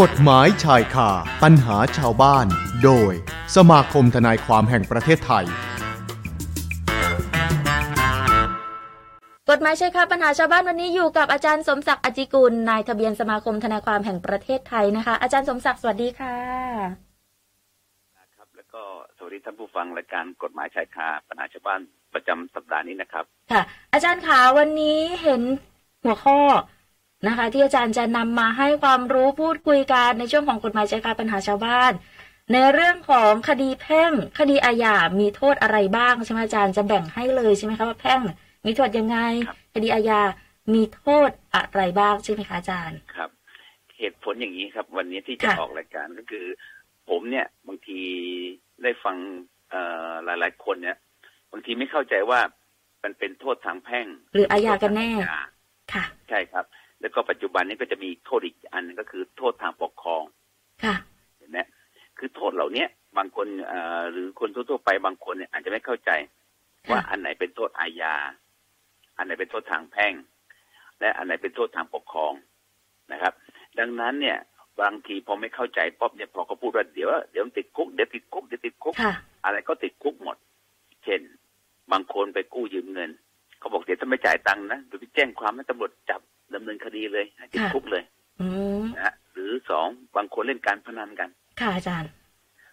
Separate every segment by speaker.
Speaker 1: กฎหมายชายคาปัญหาชาวบ้าน โดย สมาคมทนายความแห่งประเทศไทย
Speaker 2: กฎหมายใช่ค่ะปัญหาชาวบ้านวันนี้อยู่กับอาจารย์สมศักดิ์อจจิกุลนายทะเบียนสมาคมทนายความแห่งประเทศไทยนะคะ อาจารย์สมศักดิ์สวัสดีค่ะ
Speaker 3: ครับแล้วก็สวัสดีท่านผู้ฟังรายการกฎหมายชายคาปัญหาชาวบ้านประจำสัปดาห์นี้นะครับ
Speaker 2: ค่ะ อาจารย์คะวันนี้เห็นหัวข้อนะคะ ที่อาจารย์จะนำมาให้ความรู้พูดคุยกันในช่วงของกฎหมายใช่ค่ะปัญหาชาวบ้าน ในเรื่องของคดีแพ่ง คดีอาญามีโทษอะไรบ้างใช่ไหมอาจารย์จะแบ่งให้เลยใช่ไหมคะว่าแพ่งมีโทษยังไง
Speaker 3: ครับ
Speaker 2: คดีอาญามีโทษอะไรบ้างใช่ไหมคะอาจารย์
Speaker 3: ครับ เหตุผลอย่างนี้ครับ วันนี้ที่จะ
Speaker 2: ค่ะ
Speaker 3: ออกรายการก็คือ ผมเนี่ยบางทีได้ฟังเอ่อหลาย ๆ คนเนี่ยบางทีไม่เข้าใจว่ามันเป็นโทษทางแพ่ง
Speaker 2: หรืออาญากันแน่
Speaker 3: โทษทางอาญา
Speaker 2: ค่ะ
Speaker 3: ใช่ครับ แล้วก็ปัจจุบันนี้ก็จะมีโทษอีกอันหนึงก็คือโทษทางปกครอง
Speaker 2: ค่ะ
Speaker 3: เห็นไหมคือโทษเหล่าเนี้ยบางคนเอ่อหรือคนทั่วๆไปบางคนเนี่ยอาจจะไม่เข้าใจ
Speaker 2: ค่ะ
Speaker 3: ว่าอันไหนเป็นโทษอาญา อันไหนเป็นโทษทางแพ่ง และอันไหนเป็นโทษทางปกครองนะครับ ดังนั้นเนี่ย บางทีพอไม่เข้าใจป๊อบเนี่ยพอเขาพูดว่าเดี๋ยวเดี๋ยวติดคุกเดี๋ยวติดคุกเดี๋ยวติดคุก
Speaker 2: ค่ะ
Speaker 3: อะไรก็ติดคุกหมด เช่น บางคนไปกู้ยืมเงิน เขาบอกเดี๋ยวถ้าไม่จ่ายตังค์นะเดี๋ยวไปแจ้งความให้ตำรวจจับดำเนินคดีเลยให้ติด
Speaker 2: ค่ะ
Speaker 3: คุกเลย
Speaker 2: อืม
Speaker 3: นะฮะหรือสองบางคนเล่นการพนันกัน
Speaker 2: ค่ะอาจารย์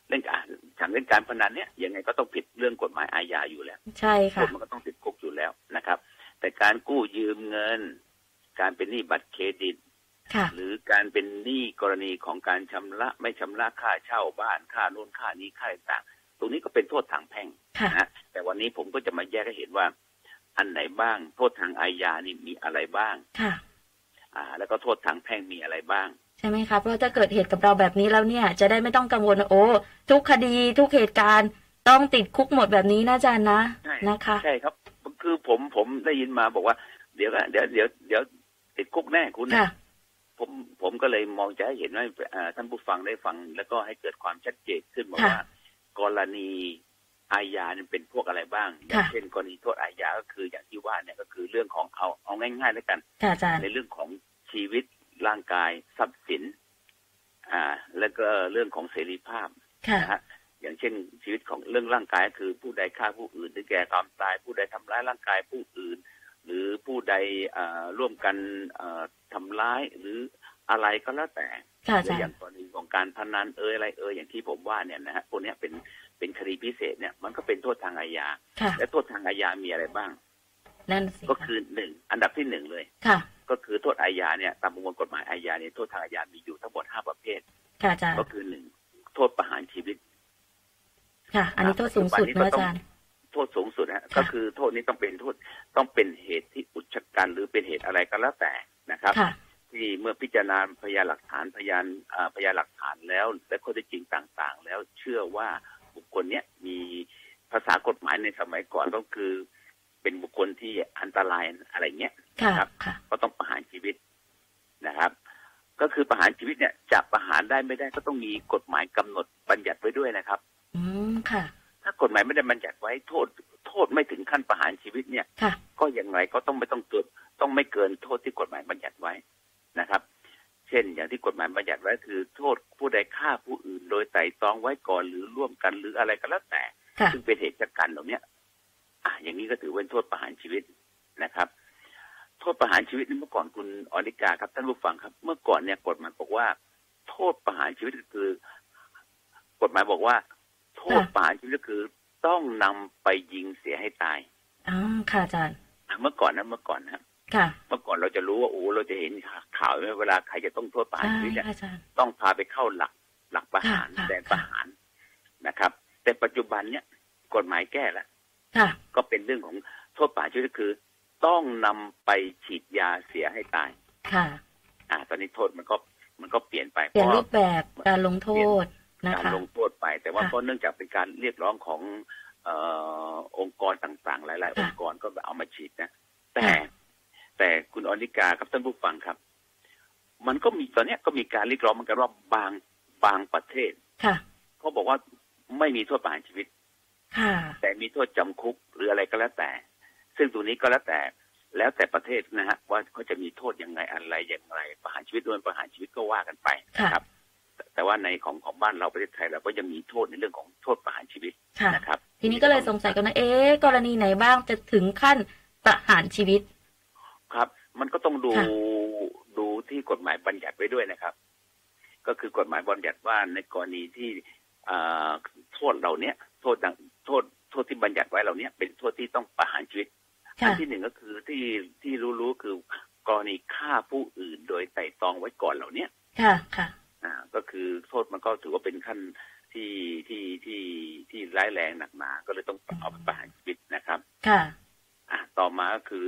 Speaker 3: เล่นการฉันเล่นการพนันเนี่ยยังไงก็ต้องผิดเรื่องกฎหมายอาญาอยู่แล้ว
Speaker 2: ใช่
Speaker 3: ค
Speaker 2: ค่ะ
Speaker 3: นมันก็ต้องติดคุกอยู่แล้วนะครับ แต่การกู้ยืมเงิน การเป็นหนี้บัตรเครดิต
Speaker 2: ค่ะ
Speaker 3: หรือการเป็นหนี้กรณีของการชำระไม่ชำระค่าเช่าบ้านค่าโน่นค่านี้ค่าต่างๆตรงนี้ก็เป็นโทษทางแพ่ง
Speaker 2: ค่ะ
Speaker 3: นะแต่วันนี้ผมก็จะมาแยกให้เห็นว่า อันไหนบ้าง โทษทางอาญานี่มีอะไรบ้าง
Speaker 2: ค่ะ
Speaker 3: อ่า แล้วก็โทษทางแพ่งมีอะไรบ้าง
Speaker 2: ใช่ไหมคะ เพราะถ้าเกิดเหตุกับเราแบบนี้แล้วเนี่ย จะได้ไม่ต้องกังวลว่าโอ้ ทุกคดีทุกเหตุการณ์ต้องติดคุกหมดแบบนี้นะอาจารย์นะ
Speaker 3: ใช่
Speaker 2: นะคะ
Speaker 3: ใช่ครับคือผมผมได้ยินมาบอกว่า เดี๋ยวก็เดี๋ยวเดี๋ยวเดี๋ยวติดคุกแน่คุณนะ
Speaker 2: ค่ะ
Speaker 3: ผมผมก็เลยมองจะให้เห็นว่าเอ่อท่านผู้ฟังได้ฟัง แล้วก็ให้เกิดความชัดเจนขึ้นมา
Speaker 2: ค่ะ
Speaker 3: ว่า กรณีอาญาเนี่ยเป็นพวกอะไรบ้าง อย่าง
Speaker 2: ค่ะ
Speaker 3: เช่นกรณีโทษอาญาก็คืออย่างที่ว่าเนี่ยก็คือเรื่องของเอาเอาง่ายๆแล้วกัน
Speaker 2: ค่ะอาจารย์
Speaker 3: ในเรื่องของชีวิตร่างกายทรัพย์สิน อ่า แล้วก็เรื่องของเสรีภาพ
Speaker 2: ค่ะ
Speaker 3: นะฮะอย่างเช่นชีวิตของเรื่องร่างกายก็คือผู้ใดฆ่าผู้อื่นถึงแก่ความตาย ผู้ใดทำร้ายร่างกายผู้อื่น หรือผู้ใดเอ่อร่วมกันเอ่อทำร้ายหรืออะไรก็แล้วแต่
Speaker 2: ค่ะอา
Speaker 3: หรื
Speaker 2: จา
Speaker 3: ออ
Speaker 2: ร
Speaker 3: ย่าง
Speaker 2: ย์
Speaker 3: กรณีของการพนันเอยอะไรเอยอย่างที่ผมว่าเนี่ยนะฮะพวกเนี้ยเป็นเป็นคดีพิเศษเนี่ยมันก็เป็นโทษทางอาญา
Speaker 2: ค่ะ
Speaker 3: และโทษทางอาญามีอะไรบ้าง
Speaker 2: นั่นสิ
Speaker 3: ก็คือหนึ่งอันดับที่หนึ่งเลย
Speaker 2: ค่ะ
Speaker 3: ก็คือโทษอาญาเนี่ยตามประมวลกฎหมายอาญาเนี่ยโทษทางอาญามีอยู่ทั้งหมดห้าประเภท
Speaker 2: ค่ะอาจารย์
Speaker 3: ก็คือหนึ่งโทษประหารชีวิต
Speaker 2: ค่ะ อันนี้โทษสูงสุดนะอาจารย์
Speaker 3: โทษสูงสุดนะฮะก็คือโทษนี้ต้องเป็นโทษต้องเป็นเหตุที่อุกชะกันหรือเป็นเหตุอะไรก็แล้วแต่นะครับ
Speaker 2: ค่ะ
Speaker 3: ที่เมื่อพิจารณาพยานหลักฐานพยานอ่าพยานหลักฐานแล้ว และข้อเท็จจริงต่างๆ แล้วเชื่อว่าบุคคลเนี้ยมีภาษากฎหมายในสมัยก่อนก็คือ เป็นบุคคลที่อันตรายอะไรเงี้ย
Speaker 2: ค่ะ
Speaker 3: ครับ
Speaker 2: ค่ะ
Speaker 3: ก็ต้องประหารชีวิตนะครับ ก็คือประหารชีวิตเนี่ยจะประหารได้ไม่ได้ก็ต้องมีกฎหมายกำหนดบัญญัติไว้ด้วยนะครับ
Speaker 2: อืม ค่ะ
Speaker 3: ถ้ากฎหมายไม่ได้บัญญัติไว้โทษ โทษไม่ถึงขั้นประหารชีวิตเนี่ย
Speaker 2: ค่ะ
Speaker 3: ก็อย่างไรก็ต้องไม่ต้องเกินต้องไม่เกินโทษที่กฎหมายบัญญัติไว้นะครับ เช่น อย่างที่กฎหมายบัญญัติไว้คือ โทษผู้ใดฆ่าผู้อื่น โดยไตร่ตรองไว้ก่อนหรือร่วมกันหรืออะไรก็แล้วแต่
Speaker 2: ค่ะ
Speaker 3: ซึ่งเป็นเหตุจากการเหล่าเนี้ยอ่ะอย่างนี้ก็ถือเป็นโทษประหารชีวิตนะครับ โทษประหารชีวิตนี่เมื่อก่อนคุณอนิกาครับท่านผู้ฟังครับ เมื่อก่อนเนี่ยกฎหมายบอกว่า โทษประหารชีวิตก็คือ กฎหมายบอกว่า โทษประหารชีวิตก็คือ ต้องนำไปยิงเสียให้ตาย
Speaker 2: อ๋อ ค่ะอาจารย์
Speaker 3: อ่ะเมื่อก่อนนะเมื่อก่อนนะครับ
Speaker 2: ค่ะ
Speaker 3: เมื่อก่อนเราจะรู้ว่าโอ้เราจะเห็นข่าวไหมเวลาใครจะต้องโทษประหาร
Speaker 2: ใช่
Speaker 3: ชีวิตเนี่ย
Speaker 2: อาจารย์
Speaker 3: ต้องพาไปเข้าหลักหลักประหาร
Speaker 2: ค่ะค่ะ
Speaker 3: แดนประหารนะครับ แต่ปัจจุบันเนี่ยกฎหมายแก้แล้ว
Speaker 2: ค่ะ
Speaker 3: ก็เป็นเรื่องของโทษป่าชีวิตก็คือ ต้องนำไปฉีดยาเสียให้ตาย
Speaker 2: ค่ะ
Speaker 3: อ่า ตอนนี้โทษมันก็มันก็เปลี่ยนไป
Speaker 2: เปลี่ยน
Speaker 3: ว่า
Speaker 2: รูปแบบการลงโทษนะ
Speaker 3: การ
Speaker 2: คะ
Speaker 3: ลงโทษไป แต่ว่า
Speaker 2: ค่ะ
Speaker 3: เพราะเนื่องจากเป็นการเรียกร้องของเอ่อองค์กรต่างๆ หลาย ๆ
Speaker 2: ค่ะ
Speaker 3: องค์กรก็เอามาฉีดนะ แต่
Speaker 2: ค่ะ
Speaker 3: แต่คุณอนิกาครับท่านผู้ฟังครับ มันก็มีตอนเนี้ยก็มีการเรียกร้องเหมือนกันว่าบางบางประเทศ
Speaker 2: ค่ะ
Speaker 3: เขาบอกว่าไม่มีโทษประหารชีวิต
Speaker 2: ค่ะ
Speaker 3: แต่มีโทษจำคุกหรืออะไรก็แล้วแต่ ซึ่งตรงนี้ก็แล้วแต่ แล้วแต่ประเทศนะฮะว่าเขาจะมีโทษยังไงอะไรอย่างไร ประหารชีวิตโดนประหารชีวิตก็ว่ากันไปนะครับ แต่แต่ว่าในของของบ้านเราประเทศไทยเราก็ยังมีโทษในเรื่องของโทษประหารชีวิต
Speaker 2: ค่ะ
Speaker 3: นะครับ
Speaker 2: ทีนี้ก็เลยสงสัยกันนะเอ๊ะกรณีไหนบ้างจะถึงขั้นประหารชีวิต
Speaker 3: ครับ มันก็ต้องดู
Speaker 2: ค่ะ
Speaker 3: ดูที่กฎหมายบัญญัติไว้ด้วยนะครับ ก็คือกฎหมายบัญญัติว่าในกรณีที่อ่าโทษเหล่าเนี้ยโทษดังโทษโทษที่บัญญัติไว้เหล่าเนี้ยเป็นโทษที่ต้องประหารชีวิตอั
Speaker 2: ค่ะ
Speaker 3: ที่หนึ่งก็คือที่ที่รู้ๆคือกรณีฆ่าผู้อื่นโดยไตร่ตรองไว้ก่อนเหล่าเนี้ย
Speaker 2: ค่ะค่ะ
Speaker 3: อ่าก็คือโทษมันก็ถือว่าเป็นขั้นที่ที่ที่ที่ร้ายแรงหนักหนา ก็เลยต้องเอาไปประหารชีวิตนะครับ
Speaker 2: ค่ะ
Speaker 3: อ่าต่อมาก็คือ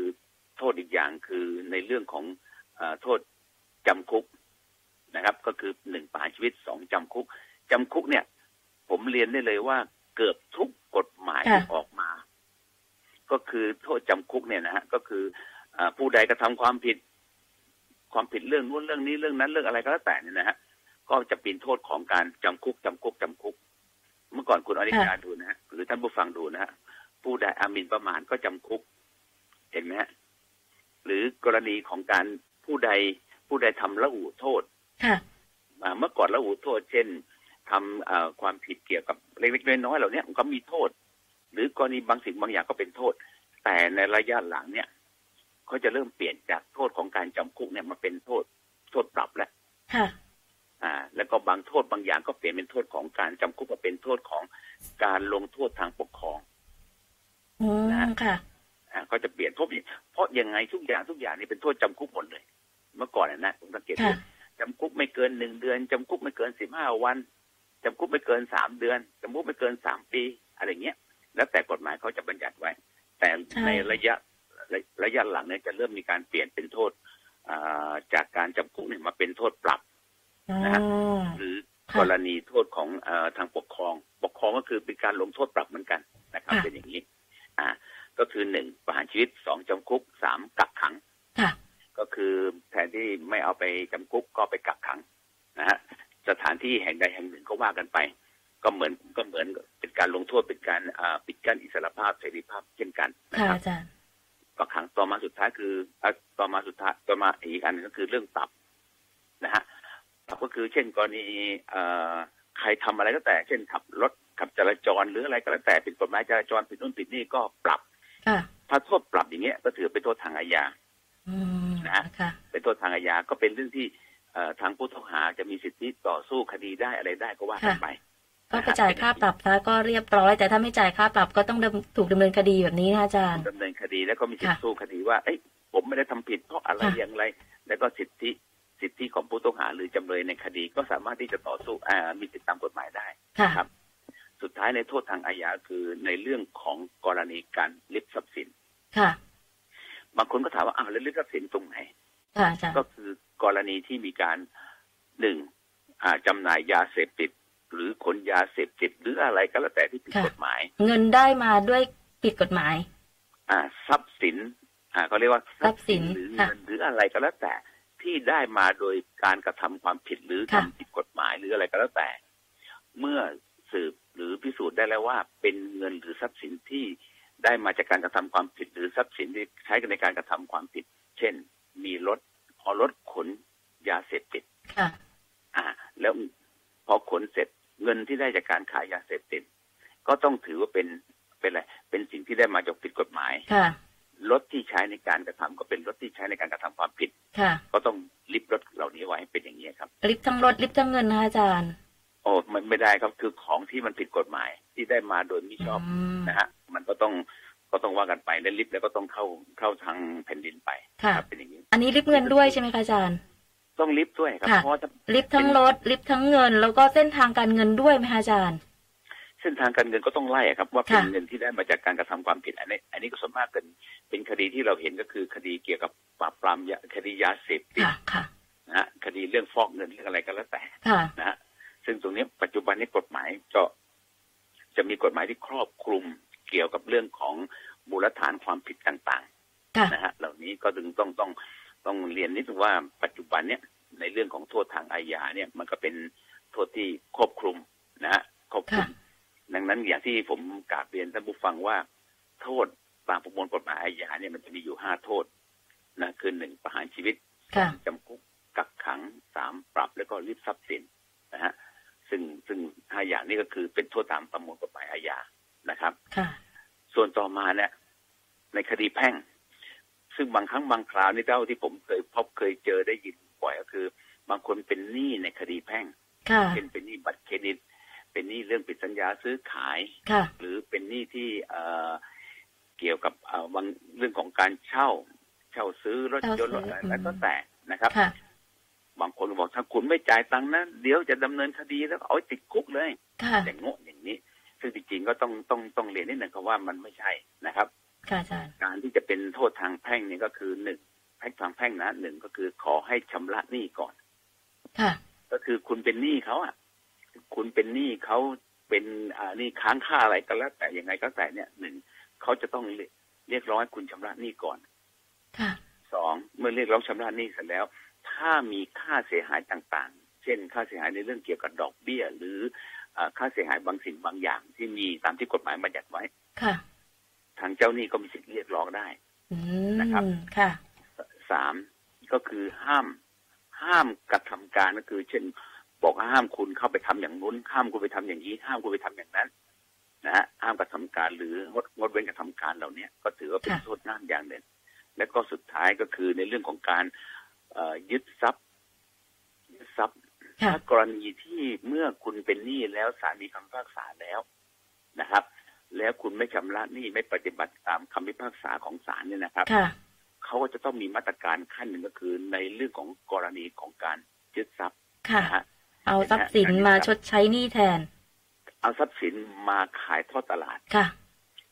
Speaker 3: โทษอีกอย่างคือในเรื่องของเออโทษจำคุกนะครับ ก็คือหนึ่งประหารชีวิตสองจำคุกจำคุกเนี่ย ผมเรียนได้เลยว่าเกือบทุกกฎหมาย
Speaker 2: ค่ะ
Speaker 3: ที่ออกมา ก็คือโทษจำคุกเนี่ยนะฮะก็คืออาผู้ใดกระทำความผิด ความผิดเรื่องนู้นเรื่องนี้เรื่องนั้นเรื่องอะไรก็แล้วแต่เนี่ยนะฮะก็จะเป็นโทษของการจำคุกจำคุกจำคุก เมื่อก่อนคุณอนิกาดูนะฮะหรือท่านผู้ฟังดูนะฮะผู้ใดอามินประมาทก็จำคุก เห็นไหมฮะหรือกรณีของการผู้ใดผู้ใดทำละอูโทษ
Speaker 2: ค่ะ
Speaker 3: อ่าเมื่อก่อนระหูโทษเช่นทำอ่าความผิดเกี่ยวกับเล็กๆน้อยๆเหล่าเนี้ยมันก็มีโทษ หรือกรณีบางสิ่งบางอย่างก็เป็นโทษ แต่ในระยะหลังเนี่ยเขาจะเริ่มเปลี่ยนจากโทษของการจำคุกเนี่ยมาเป็นโทษโทษปรับแล้ว
Speaker 2: ค่ะ
Speaker 3: อ่า แล้วก็บางโทษบางอย่างก็เปลี่ยนเป็นโทษของการจำคุกมาเป็นโทษของการลงโทษทางปกครอง
Speaker 2: อืมค่ะ
Speaker 3: อ่าก็จะเปลี่ยนโทษเนี่ยเพราะยังไงทุกอย่างทุกอย่างนี่เป็นโทษจำคุกหมดเลย เมื่อก่อนนะนะผมสังเกตดู
Speaker 2: ค่ะ
Speaker 3: จำคุกไม่เกินหนึ่งเดือนจำคุกไม่เกินสิบห้าวันจำคุกไม่เกินสามเดือนจำคุกไม่เกินสามปี อะไรเงี้ย แล้วแต่กฎหมายเขาจะบัญญัติไว้ แต่ในระยะระระยะหลังเนี่ยจะเริ่มมีการเปลี่ยนเป็นโทษอ่าจากการจำคุกเนี่ยมาเป็นโทษปรับ
Speaker 2: อืม
Speaker 3: หรือก
Speaker 2: ค่ะ
Speaker 3: รณีโทษของเออทางปกครอง ปกครองก็คือเป็นการลงโทษปรับเหมือนกันนะครับ
Speaker 2: ค่ะ
Speaker 3: เป็นอย่างนี้ อ่า ก็คือหนึ่งประหารชีวิตสองจำคุกสามกักขัง
Speaker 2: ค่ะ
Speaker 3: ก็คือแทนที่ไม่เอาไปจำคุกก็ไปกักขังนะฮะสถานที่แห่งใดแห่งหนึ่งก็ว่ากันไป ก็เหมือนก็เหมือนเป็นการลงโทษเป็นการอ่าปิดกั้นอิสรภาพเสรีภาพเช่นกันนะ
Speaker 2: ค่ะ
Speaker 3: ครับ
Speaker 2: อาจารย์
Speaker 3: กักขังต่อมาสุดท้ายคืออ่ะต่อมาสุดท้ายต่อมาอีกอันหนึงก็คือเรื่องปรับนะฮะปรับก็คือเช่นกรณีเอ่อใครทำอะไรก็แต่ เช่นขับรถขับจราจรหรืออะไรก็แล้วแต่ผิดกฎหมายจราจรผิดนู่นผิดนี่ก็ปรับ
Speaker 2: ค่ะ
Speaker 3: ถ้าโทษปรับอย่างเงี้ยก็ถือเป็นโทษทางอาญา
Speaker 2: อืม
Speaker 3: นะ
Speaker 2: ค่ะ
Speaker 3: เป็นโทษทางอาญาก็เป็นเรื่องที่เอ่อทางผู้ต้องหาจะมีสิทธิต่อสู้คดีได้อะไรได้ก็ว่ากันไป
Speaker 2: ก็ไปจ่ายค่าปรับซะก็เรียบร้อย แต่ถ้าไม่จ่ายค่าปรับก็ต้องดำถูกดำเนินคดีแบบนี้นะอาจารย์
Speaker 3: ดำเนินคดีแล้วก็มีสิทธิ
Speaker 2: ค่ะ
Speaker 3: สู้คดีว่าเอ้ยผมไม่ได้ทำผิดเพราะอะไร
Speaker 2: ค่ะ
Speaker 3: อย่างไร แล้วก็สิทธิสิทธิของผู้ต้องหาหรือจำเลยในคดีก็สามารถที่จะต่อสู้อ่ามีสิทธิตามกฎหมายได้
Speaker 2: ค่ะ
Speaker 3: ครับ สุดท้ายในโทษทางอาญาคือในเรื่องของกรณีการลิบทรัพย์สิน
Speaker 2: ค่ะ
Speaker 3: บางคนก็ถามว่าอ้าวแล้วลิบทรัพย์สินตรงไหน
Speaker 2: ค่ะอาจารย์
Speaker 3: ก็คือกรณีที่มีการหนึ่งอ่าจำหน่ายยาเสพติด หรือขนยาเสพติดหรืออะไรก็แล้วแต่ที่ผิด
Speaker 2: ค่ะ
Speaker 3: กฎหมาย
Speaker 2: เงินได้มาด้วยผิดกฎหมาย
Speaker 3: อ่าทรัพย์สิน อ่าเขาเรียกว่า
Speaker 2: ทรัพย์สิน
Speaker 3: หรือ
Speaker 2: ค่ะ
Speaker 3: เงินหรืออะไรก็แล้วแต่ ที่ได้มาโดยการกระทำความผิดหรือ
Speaker 2: ค่ะ
Speaker 3: ทำผิดกฎหมายหรืออะไรก็แล้วแต่ เมื่อสืบหรือพิสูจน์ได้แล้วว่า เป็นเงินหรือทรัพย์สินที่ได้มาจากการกระทำความผิด หรือทรัพย์สินที่ใช้กันในการกระทำความผิด เช่น มีรถเอารถขนยาเสพติด
Speaker 2: ค่ะ
Speaker 3: อ่า แล้วพอขนเสร็จเงินที่ได้จากการขายยาเสพติดก็ต้องถือว่าเป็นเป็นอะไรเป็นสิ่งที่ได้มาจากผิดกฎหมาย
Speaker 2: ค่ะ
Speaker 3: รถที่ใช้ในการกระทำก็เป็นรถที่ใช้ในการกระทำความผิด
Speaker 2: ค่ะ
Speaker 3: ก็ต้องลิบรถเหล่านี้ไว้เป็นอย่างนี้ครับ
Speaker 2: ลิฟต์ทั้งรถลิฟต์ทั้งเงินนะคะอาจารย์
Speaker 3: โอ้มันไม่ได้ครับคือของที่มันผิดกฎหมายที่ได้มาโดยมิชอบ
Speaker 2: ม
Speaker 3: นะฮะมันก็ต้องก็ต้องว่ากันไปและลิบแล้วก็ต้องเข้าเข้าทางแผ่นดินไป
Speaker 2: ค่ะ
Speaker 3: ครับเป็นอย่างนี้
Speaker 2: อันนี้ลิฟต์เงินด้วยใช่ไหมคะอาจารย์
Speaker 3: ต้องลิฟด้วยครับ
Speaker 2: ค่ะ
Speaker 3: เพราะว่าถ้า
Speaker 2: ลิฟต์ทั้งรถลิฟต์ทั้งเงิน แล้วก็เส้นทางการเงินด้วยไหมคะอาจารย์
Speaker 3: เส้นทางการเงินก็ต้องไล่ครับ ว่าเป็น
Speaker 2: ค่ะ
Speaker 3: เงินที่ได้มาจากการกระทำความผิดอันนี้ อันนี้ก็ส่วนมากเป็นเป็นคดีที่เราเห็นก็คือคดีเกี่ยวกับปราบปรามยาคดียาเสพติด
Speaker 2: ค่ะ ค่ะ
Speaker 3: นะฮะคดีเรื่องฟอกเงินเรื่องอะไรก็แล้วแต่
Speaker 2: ค่ะ
Speaker 3: นะฮะซึ่งตรงนี้ปัจจุบันนี้กฎหมายจะจะมีกฎหมายที่ครอบคลุมเกี่ยวกับเรื่องของมูลฐานความผิดต่าง
Speaker 2: ค่ะ
Speaker 3: ๆนะฮะเหล่านี้ก็ถึงต้องต้องต้องเรียนนิดนึงว่าปัจจุบันเนี้ยในเรื่องของโทษทางอาญาเนี่ยมันก็เป็นโทษที่ครอบคลุมนะฮะครอบคลุมดังนั้นอย่างที่ผมกราบเรียนท่านผู้ฟังว่า โทษ ตามประมวลกฎหมายอาญาเนี่ยมันจะมีอยู่ห้าโทษนะคือหนึ่งประหารชีวิต
Speaker 2: ค่ะ
Speaker 3: จำคุกกักขังสามปรับแล้วก็รีบทรัพย์สินนะฮะซึ่งซึ่งห้าอย่างนี้ก็คือเป็นโทษตามประมวลกฎหมายอาญานะครับ
Speaker 2: ค่ะ
Speaker 3: ส่วนต่อมาเนี่ยในคดีแพ่ง ซึ่งบางครั้งบางคราวนี่เท่าที่ผมเคยพบเคยเจอได้ยินบ่อยก็คือ บางคนเป็นหนี้ในคดีแพ่ง
Speaker 2: ค่ะ
Speaker 3: เป็นเป็นหนี้บัตรเครดิต เป็นหนี้เรื่องปิดสัญญาซื้อขาย
Speaker 2: ค่ะ
Speaker 3: หรือเป็นหนี้ที่เอ่อเกี่ยวกับเอ่อบางเรื่องของการเช่า เช่าซื้อรถยนต์รถอะไร
Speaker 2: เช่าซื้อ
Speaker 3: แล้วก็แต่นะครับ
Speaker 2: ค่ะ
Speaker 3: บางคนบอกถ้าคุณไม่จ่ายตังค์นะเดี๋ยวจะดำเนินคดีแล้วเอาไว้ติดคุกเลย
Speaker 2: ค่ะ
Speaker 3: อย่างโง่อย่างนี้ ซึ่งจริงๆก็ต้องต้องต้องเรียนนิดหนึ่งครับว่ามันไม่ใช่นะครับ
Speaker 2: ค่ะอาจารย์
Speaker 3: การที่จะเป็นโทษทางแพ่งเนี่ยก็คือหนึ่งแพ่งทางแพ่งนะหนึ่งก็คือขอให้ชำระหนี้ก่อน
Speaker 2: ค่ะ
Speaker 3: ก็คือคุณเป็นหนี้เขาอ่ะ คุณเป็นหนี้เขาเป็นอ่าหนี้ค้างค่าอะไรก็แล้ว แต่ยังไงก็แต่เนี่ยหนึ่งเขาจะต้องเรียกเรียกร้องให้คุณชำระหนี้ก่อน
Speaker 2: ค่ะ
Speaker 3: สองเมื่อเรียกร้องชำระหนี้เสร็จแล้ว ถ้ามีค่าเสียหายต่างๆ เช่น ค่าเสียหายในเรื่องเกี่ยวกับดอกเบี้ย หรืออาค่าเสียหายบางสิ่งบางอย่าง ที่มีตามที่กฎหมายบัญญัติไว้
Speaker 2: ค่ะ
Speaker 3: ทางเจ้าหนี้ก็มีสิทธิ์เรียกร้องได้
Speaker 2: อื
Speaker 3: นะครับ
Speaker 2: ม ค่ะ
Speaker 3: สามก็คือห้ามห้ามกระทำการก็คือ เช่น บอกว่าห้ามคุณเข้าไปทำอย่างนู้นห้ามคุณไปทำอย่างนี้ ห้ามคุณไปทำอย่างนั้นนะฮะห้ามกระทำการหรืองดงดเว้นกระทำการเหล่าเนี้ยก็ถือว่าเป็น
Speaker 2: ค่ะ
Speaker 3: โทษน้ำอย่างเด่นและก็สุดท้ายก็คือในเรื่องของการเอ่อยึดทรัพย์ยึดทรัพย์
Speaker 2: ค่ะ
Speaker 3: ถ้ากรณีที่เมื่อคุณเป็นหนี้แล้วศาลมีคำพิพากษาแล้วนะครับ แล้วคุณไม่ชำระหนี้ไม่ปฏิบัติตามคำพิพากษาของศาลเนี่ยนะครับ
Speaker 2: ค่ะ
Speaker 3: เขาก็จะต้องมีมาตรการขั้นหนึ่งก็คือในเรื่องของกรณีของการยึดทรัพย์
Speaker 2: ค่ะ
Speaker 3: นะฮะ
Speaker 2: เอาทรัพย์สินมาชดใช้หนี้แทน
Speaker 3: เอาทรัพย์สินมาขายทอดตลาด
Speaker 2: ค่ะ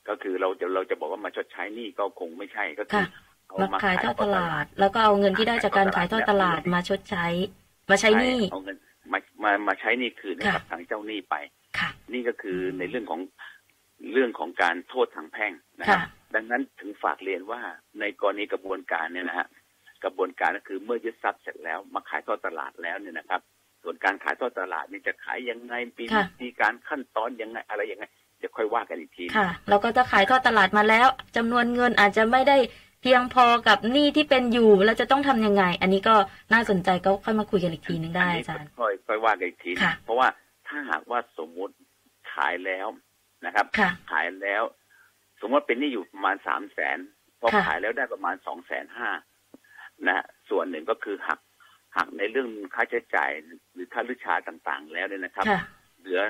Speaker 3: ก็คือเราจะเราจะบอกว่ามาชดใช้หนี้ก็คงไม่ใช่ก็คือ
Speaker 2: ค่ะ
Speaker 3: เอ
Speaker 2: มาขายทอดตลาด แล้วก็เอาเงินที่ได้จากการขายทอดตลาดมาชดใช้ มาใช้หนี้
Speaker 3: ช่เอาเงินมามามาใช้หนี้คืนให้
Speaker 2: ค่ะ
Speaker 3: กับทางเจ้าหนี้ไป
Speaker 2: ค่ะ
Speaker 3: นี่ก็คือในเรื่องของเรื่องของการโทษทางแพ่งนะครับ
Speaker 2: ค่ะ
Speaker 3: ดังนั้นถึงฝากเรียนว่าในกรณีกระบวนการเนี่ยนะฮะกระบวนการก็คือเมื่อยึดทรัพย์เสร็จแล้ว มาขายทอดตลาดแล้วเนี่ยนะครับ ส่วนการขายทอดตลาดเนี่ยจะขายยังไงปีวิธีการขั้นตอนยังไงอะไรยังไงเดี๋ยวค่อยว่ากันอีกที
Speaker 2: ค่ะ แล้วก็จะขายทอดตลาดมาแล้วจำนวนเงินอาจจะไม่ได้เพียงพอกับหนี้ที่เป็นอยู่ แล้วจะต้องทำยังไง อันนี้ก็น่าสนใจก็ค่อยมาคุยกันอีกทีนึงได้
Speaker 3: อันนี้
Speaker 2: อาจารย์
Speaker 3: ค่อยค่อยว่ากันอีกที
Speaker 2: ค่ะ
Speaker 3: เพราะว่าถ้าหากว่าสมมุติขายแล้วนะครับ
Speaker 2: ค่ะ
Speaker 3: ขายแล้ว สมมติว่าเป็นหนี้อยู่ประมาณสามแสนพอ
Speaker 2: ค่ะ
Speaker 3: ขายแล้วได้ประมาณสองแสนห้านะฮะส่วนหนึ่งก็คือหักหักในเรื่องค่าใช้จ่ายหรือค่าลือชาต่างๆ แล้วเนี่ยนะครับ
Speaker 2: ค่ะ
Speaker 3: เหลือ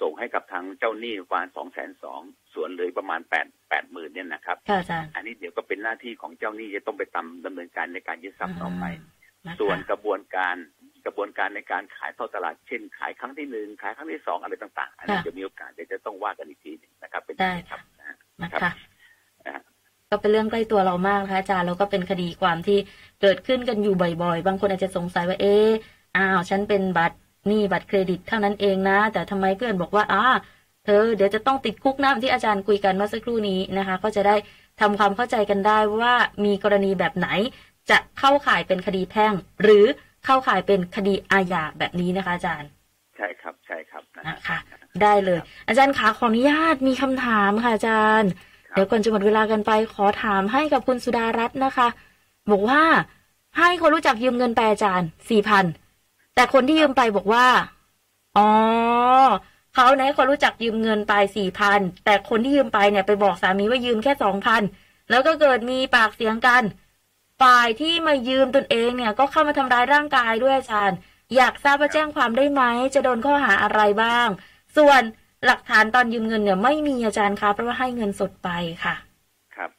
Speaker 3: ส่งให้กับทางเจ้าหนี้ประมาณสองแสนสองส่วนเหลือประมาณแปดแปดหมื่นเนี่ยนะครับ
Speaker 2: ค่ะอาจารย์
Speaker 3: อันนี้เดี๋ยวก็เป็นหน้าที่ของเจ้าหนี้จะต้องไปตามดำเนินการในการยึดทรัพย์ต่อไป
Speaker 2: อืมะคะ
Speaker 3: ส่วนกระบวนการกระบวนการในการขายท่อตลาดเช่น ขายครั้งที่หนึ่งขายครั้งที่สองอะไรต่างๆ อันนี้จะมีโอกาสเดี๋ยวจะต้องว่ากันอีกทีหนึงนะครับ เป็นอย่างนี้ครับนะฮะ
Speaker 2: นะ
Speaker 3: ครั
Speaker 2: คะ
Speaker 3: บ นะฮะ
Speaker 2: ก็เป็นเรื่องใกล้ตัวเรามากนะคะอาจารย์แล้วก็เป็นคดีความที่เกิดขึ้นกันอยู่บ่อยๆ บางคนอาจจะสงสัยว่าเอ๊ะอ้าวฉันเป็นบัตรหนี่บัตรเครดิตเท่านั้นเองนะ แต่ทำไมเพื่อนบอกว่าอ้าเธอเดี๋ยวจะต้องติดคุกนะที่อาจารย์คุยกันเมื่อสักครู่นี้นะคะ ก็จะได้ทำความเข้าใจกันได้ว่ามีกรณีแบบไหน จะเข้าข่ายเป็นคดีแพ่ง หรือเข้าข่ายเป็นคดีอาญาแบบนี้นะคะอาจารย์
Speaker 3: ใช่ครับใช่ครับนะฮะ
Speaker 2: นะคะ ได้เลย อาจารย์ขาขออนุญาตมีคำถามค่ะอาจารย์
Speaker 3: ครับ
Speaker 2: เดี๋ยวก่อนจะหมดเวลากันไปขอถามให้กับคุณสุดารัตน์นะคะ บอกว่าให้คนรู้จักยืมเงินไปอาจารย์สี่พันแต่คนที่ยืมไปบอกว่า อ๋อเขาเนี่ยให้คนรู้จักยืมเงินไปสี่พันแต่คนที่ยืมไปเนี่ยไปบอกสามีว่ายืมแค่สองพันแล้วก็เกิดมีปากเสียงกัน ฝ่ายที่มายืมตนเองเนี่ย ก็เข้ามาทำร้ายร่างกายด้วยอาจารย์ อยากทราบว่าแจ้งความได้ไหมจะโดนข้อหาอะไรบ้าง ส่วนหลักฐานตอนยืมเงินเนี่ยไม่มีอาจารย์คะเพราะว่าให้เงินสดไปค่ะ
Speaker 3: ครับ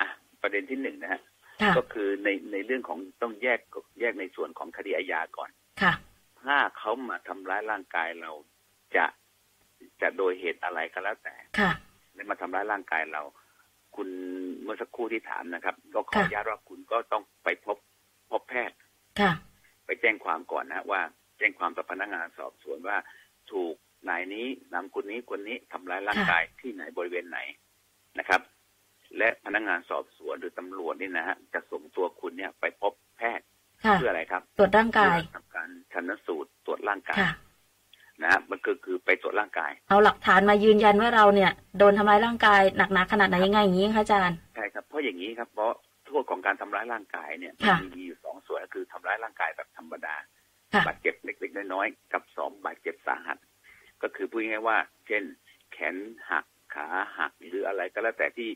Speaker 3: อ่ะประเด็นที่หนึ่งนะฮะ
Speaker 2: ค่ะ
Speaker 3: ก็คือในในเรื่องของต้องแยกแยกในส่วนของคดีอาญาก่อน
Speaker 2: ค่ะ
Speaker 3: ถ้าเขามาทำร้ายร่างกายเราจะจะโดยเหตุอะไรก็แล้วแต่
Speaker 2: ค่ะ
Speaker 3: ได้มาทำร้ายร่างกายเรา คุณเมื่อสักครู่ที่ถามนะครับ ก็ขอ
Speaker 2: ค่ะ
Speaker 3: อนุญาตว่าคุณก็ต้องไปพบพบแพทย์
Speaker 2: ค่ะ
Speaker 3: ไปแจ้งความก่อนนะว่าแจ้งความต่อพนักงานสอบสวนว่า ถูกนายนี้นำคนนี้คนนี้ทำร้ายร่างกายที่ไหนบริเวณไหนนะครับ และพนักงานสอบสวนหรือตำรวจนี่นะฮะจะส่งตัวคุณเนี่ยไปพบแพทย์
Speaker 2: ค่ะ
Speaker 3: เพื่ออะไรครับ
Speaker 2: ตรวจร่างกาย
Speaker 3: เพื่อทำการชันสูตรตรวจร่างกาย
Speaker 2: ค่ะ
Speaker 3: นะฮะมันก็คือไปตรวจร่างกาย
Speaker 2: เอาหลักฐานมายืนยันว่าเราเนี่ย โดนทำร้ายร่างกายหนักหนาขนาดไหนยังไงอย่างนี้คะอาจารย์
Speaker 3: ใช่ครับ เพราะอย่างนี้ครับ เพราะโทษของการทำร้ายร่างกายเนี่ย
Speaker 2: ค่ะ
Speaker 3: มันมีอยู่สองส่วนก็คือทำร้ายร่างกายแบบธรรมดา
Speaker 2: ค่ะ
Speaker 3: บาดเจ็บเล็กๆน้อยๆกับสองบาดเจ็บสาหัส ก็คือพูดง่ายๆว่า เช่น แขนหักขาหักหรืออะไรก็แล้วแต่ที่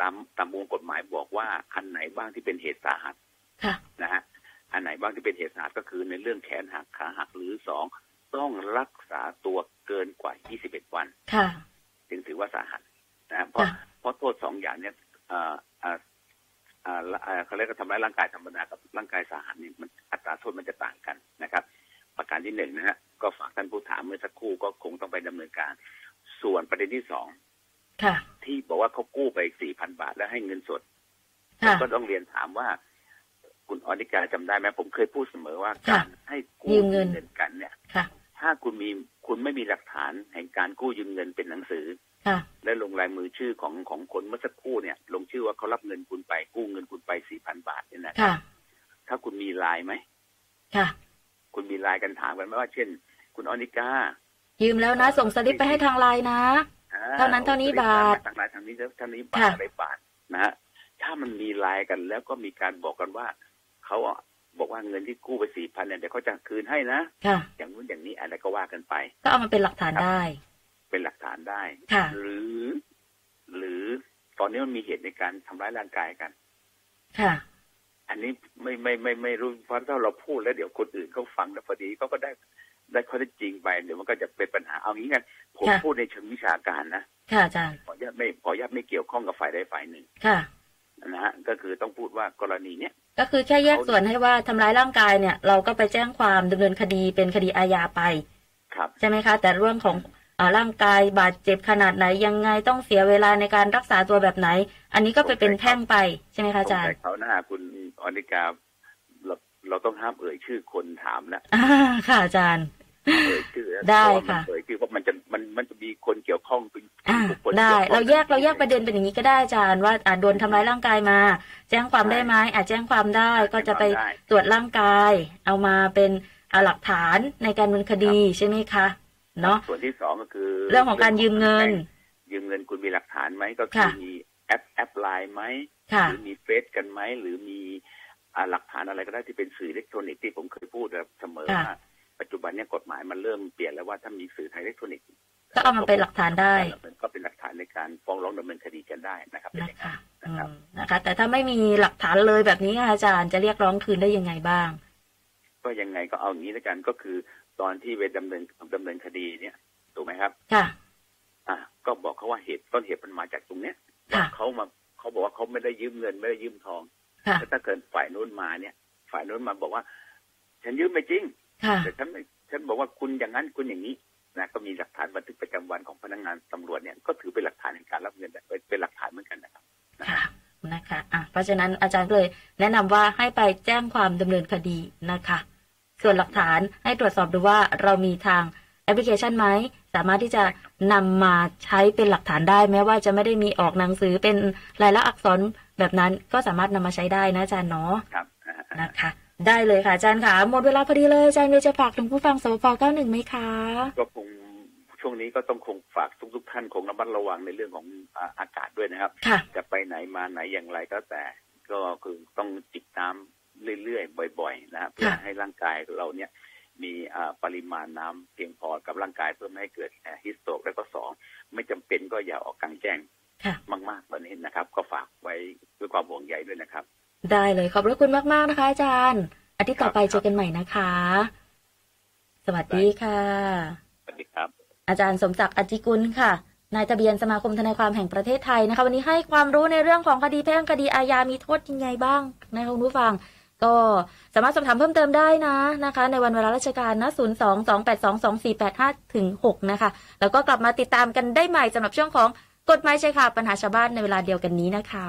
Speaker 3: ตามตามวงกฎหมายบอกว่าอันไหนบ้างที่เป็นเหตุสาหัส
Speaker 2: ค่ะ
Speaker 3: นะฮะอันไหนบ้างที่เป็นเหตุสาหัสก็คือในเรื่องแขนหักขาหักหรือสองต้องรักษาตัวเกินกว่า 21 วัน
Speaker 2: ค่ะ
Speaker 3: จึงถือว่าสาหัสนะฮะเพราะ
Speaker 2: ค่ะ
Speaker 3: เพราะโทษสองอย่างเนี่ยเอ่อเอ่อเอ่อเอ่อเขาเรียกว่าทำร้ายร่างกายธรรมดากับร่างกายสาหัสนี่มันอัตราโทษมันจะต่างกันนะครับ ประการที่หนึ่งนะฮะก็ฝากท่านผู้ถามเมื่อสักครู่ก็คงต้องไปดำเนินการ ส่วนประเด็นที่สอง
Speaker 2: ค่ะ
Speaker 3: ที่บอกว่าเขากู้ไปสี่พันบาทแล้วให้เงินสดผม
Speaker 2: ค่ะ
Speaker 3: ก็ต้องเรียนถามว่า คุณออนิกาจำได้ไหมผมเคยพูดเสมอว่า
Speaker 2: ค่ะ
Speaker 3: การให้กู้
Speaker 2: ยืมเงิน
Speaker 3: กันเนี่ย
Speaker 2: ค่ะ
Speaker 3: ถ้าคุณมีคุณไม่มีหลักฐานแห่งการกู้ยืมเงินเป็นหนังสือ
Speaker 2: ค่ะ
Speaker 3: และลงลายมือชื่อของของคนเมื่อสักครู่เนี่ย ลงชื่อว่าเขารับเงินคุณไปกู้เงินคุณไปสี่พันบาทเนี่ยนะ
Speaker 2: ค่ะ
Speaker 3: ถ้าคุณมีไลายไหม
Speaker 2: ค่ะ
Speaker 3: คุณมีไลายกันถามกันไหมว่าเช่น คุณออนิกา
Speaker 2: ยืมแล้วนะ ส่งสลิปไปให้ทางไลน์นะ
Speaker 3: อ่
Speaker 2: เท่านั้นเท่านี้บาท
Speaker 3: ทางไลายทางนี้แล้วทางนี้บาท
Speaker 2: ค่ะ
Speaker 3: อะไรบาทนะฮะถ้ามันมีไลายกันแล้วก็มีการบอกกันว่าเขาอ่ะบอกว่าเงินที่กู้ไปสี่พันเนี่ยเดี๋ยวเขาจะคืนให้นะ
Speaker 2: ค่ะ
Speaker 3: อย่างนู้นอย่างนี้อะไรก็ว่ากันไป
Speaker 2: ก็เอามาเป็นหลักฐานได้
Speaker 3: เป็นหลักฐานได้
Speaker 2: ค่ะ
Speaker 3: หรือ หรือตอนนี้มันมีเหตุในการทำร้ายร่างกายกัน
Speaker 2: ค่ะ
Speaker 3: อันนี้ไม่ไม่ไม่ไม่รู้เพราะถ้าเราพูดแล้วเดี๋ยวคนอื่นเขาฟังแล้วพอดีเขาก็ได้ได้ข้อเท็จจริงไปเดี๋ยวมันก็จะเป็นปัญหาเอางี้กันผม
Speaker 2: ค่ะ
Speaker 3: พูดในเชิงวิชาการนะ
Speaker 2: ค่ะอาจารย์
Speaker 3: ขออนุญาตไม่ขออนุญาตไม่เกี่ยวข้องกับฝ่ายใดฝ่ายหนึ่ง
Speaker 2: ค่ะ
Speaker 3: นะฮะก็คือต้องพูดว่ากรณีเนี้ย
Speaker 2: ก็คือแค่แยกส่วนให้ว่าทำร้ายร่างกายเนี่ย เราก็ไปแจ้งความดำเนินคดีเป็นคดีอาญาไป
Speaker 3: ครับ
Speaker 2: ใช่ไหมคะ แต่เรื่องของเออร่างกายบาดเจ็บขนาดไหนยังไงต้องเสียเวลาในการรักษาตัวแบบไหน อันนี้ก็ไปเป็นแพ่งไปใช่ไหม
Speaker 3: ส
Speaker 2: คะ
Speaker 3: ง
Speaker 2: อาจาร
Speaker 3: สั
Speaker 2: ย์
Speaker 3: ยเขาวหน้าคุณอนิกาเราเราต้องห้ามเอ่ยชื่อคนถามนะ
Speaker 2: อ่า ค่ะอาจารย์
Speaker 3: ห้ามเอ่ยชื่อนะ
Speaker 2: ได้
Speaker 3: เพราว่ามัน
Speaker 2: ค่ะ
Speaker 3: เอ่ยชื่อเพราะมันจะมันมันจะมีคนเกี่ยวข้องเป็น
Speaker 2: อ่า
Speaker 3: บุคคล
Speaker 2: ได้
Speaker 3: กี่วข้อง
Speaker 2: เราแยกเราแยกประเด็นเป็นอย่างนี้ก็ได้อาจารย์ว่าอาจโดนทำร้ายร่างกายมา แจ้งความ
Speaker 3: ใช่
Speaker 2: ได้ไหมอาจแจ้งความได้ก็จะไป
Speaker 3: แจ้งความได้
Speaker 2: ตรวจร่างกาย เอามาเป็นเอาหลักฐานในการดำเนินคดีใช่ไหมคะเนาะ
Speaker 3: ส่วนที่สองก็คือ
Speaker 2: เรื่องของการยืมเงิน
Speaker 3: ยืมเงินคุณมีหลักฐานไหมก็คือ
Speaker 2: ค่ะ
Speaker 3: มีแอปแอปไลน์ไหม
Speaker 2: ค่ะ
Speaker 3: หรือมีเฟซกันไหมหรือมีอ่าหลักฐานอะไรก็ได้ที่เป็นสื่ออิเล็กทรอนิกส์ที่ผมเคยพูดเสมอ
Speaker 2: ค่ะ
Speaker 3: ว่าปัจจุบันเนี่ยกฎหมายมันเริ่มเปลี่ยนแล้วว่าถ้ามีสื่อทางอิเล็กทรอนิกส์
Speaker 2: ก็เอามาเป็นหลักฐานได้
Speaker 3: มันก็เป็นหลักฐานในการฟ้องร้องดำเนินคดีกันได้นะครับเป็น
Speaker 2: นะ
Speaker 3: อย่างนั้น
Speaker 2: คะอื
Speaker 3: นะครับ
Speaker 2: มนะคะ แต่ถ้าไม่มีหลักฐานเลยแบบนี้ค่ะอาจารย์จะเรียกร้องคืนได้ยังไงบ้าง
Speaker 3: ก็ยังไงก็เอาอย่างนี้ละกันก็คือตอนที่ไปดำเนินดำเนินคดีเนี่ยถูกไหมครับ
Speaker 2: ค่ะ
Speaker 3: อ่ะก็บอกเขาว่าเหตุต้นเหตุมันมาจากตรงเนี้ย
Speaker 2: ค่ะ
Speaker 3: ว่าเขามาเขาบอกว่าเขาไม่ได้ยืมเงินไม่ได้ยืมทอง
Speaker 2: ค่ะ
Speaker 3: แล้วถ้าเกิดฝ่ายนู้นมาเนี่ย ฝ่ายนู้นมาบอกว่า ฉันยืมไม่จริง
Speaker 2: ค่ะ
Speaker 3: แต่ฉันไม่ฉันบอกว่าคุณอย่างนั้นคุณอย่างนี้นะก็มีหลักฐานบันทึกประจำวันของพนักงานตำรวจเนี่ยก็ถือเป็นหลักฐานในการรับเงินได้เป็นเป็นหลักฐานเหมือนกันนะครับ
Speaker 2: ค่ะนะคะอ่ะเพราะฉะนั้นอาจารย์ก็เลยแนะนำว่าให้ไปแจ้งความดำเนินคดีนะคะ ส่วนหลักฐานให้ตรวจสอบดูว่าเรามีทางแอปพลิเคชันไหม สามารถที่จะนำมาใช้เป็นหลักฐานได้แม้ว่าจะไม่ได้มีออกหนังสือเป็นลายลักษณ์อักษรแบบนั้นก็สามารถนำมาใช้ได้นะอาจารย์เนาะ
Speaker 3: ครับอ่า
Speaker 2: นะคะ ได้เลยค่ะอาจารย์ค่ะ หมดเวลาพอดีเลยอาจารย์มีจะฝากถึงผู้ฟังสวพ91ไหมคะ
Speaker 3: ก็คงช่วงนี้ก็ต้องคงฝากทุกๆท่านคงระมัดระวังในเรื่องของอ่าอากาศด้วยนะครับ
Speaker 2: ค่ะ
Speaker 3: จะไปไหนมาไหนอย่างไรก็แต่ก็คือต้องจิบน้ำเรื่อยๆบ่อย ๆ นะครับเพื่อ
Speaker 2: ค่ะ
Speaker 3: ให้ร่างกายเราเนี่ยมีอ่าปริมาณน้ำเพียงพอกับร่างกายเพื่อไม่ให้เกิดฮิสโตกและก็สองไม่จำเป็นก็อย่าออกกลางแจ้ง
Speaker 2: ค่ะ
Speaker 3: มากๆตอนนี้นะครับ ก็ฝากไว้ด้วยความห่วงใยด้วยนะครับ
Speaker 2: ได้เลยขอบพระคุณมาก ๆ นะคะ อาจารย์ อาทิตย์ต่อไป
Speaker 3: ครับ
Speaker 2: เจอกันใหม่นะคะ สวัสดีค่ะ
Speaker 3: สวัสดีครับ
Speaker 2: อาจารย์สมศักดิ์อจจิกุลค่ะ นายทะเบียนสมาคมทนายความแห่งประเทศไทยนะคะ วันนี้ให้ความรู้ในเรื่องของคดีแพ่งคดีอาญา มีโทษยังไงบ้างนะคะคุณผู้ฟัง ก็สามารถสอบถามเพิ่มเติมได้นะนะคะ ในวันเวลาราชการนะ 0 2 2 8 2 2 4 8 5ถึง6นะคะ แล้วก็กลับมาติดตามกันได้ใหม่สำหรับช่วงของกฎหมายชายคาปัญหาชาวบ้านในเวลาเดียวกันนี้นะคะ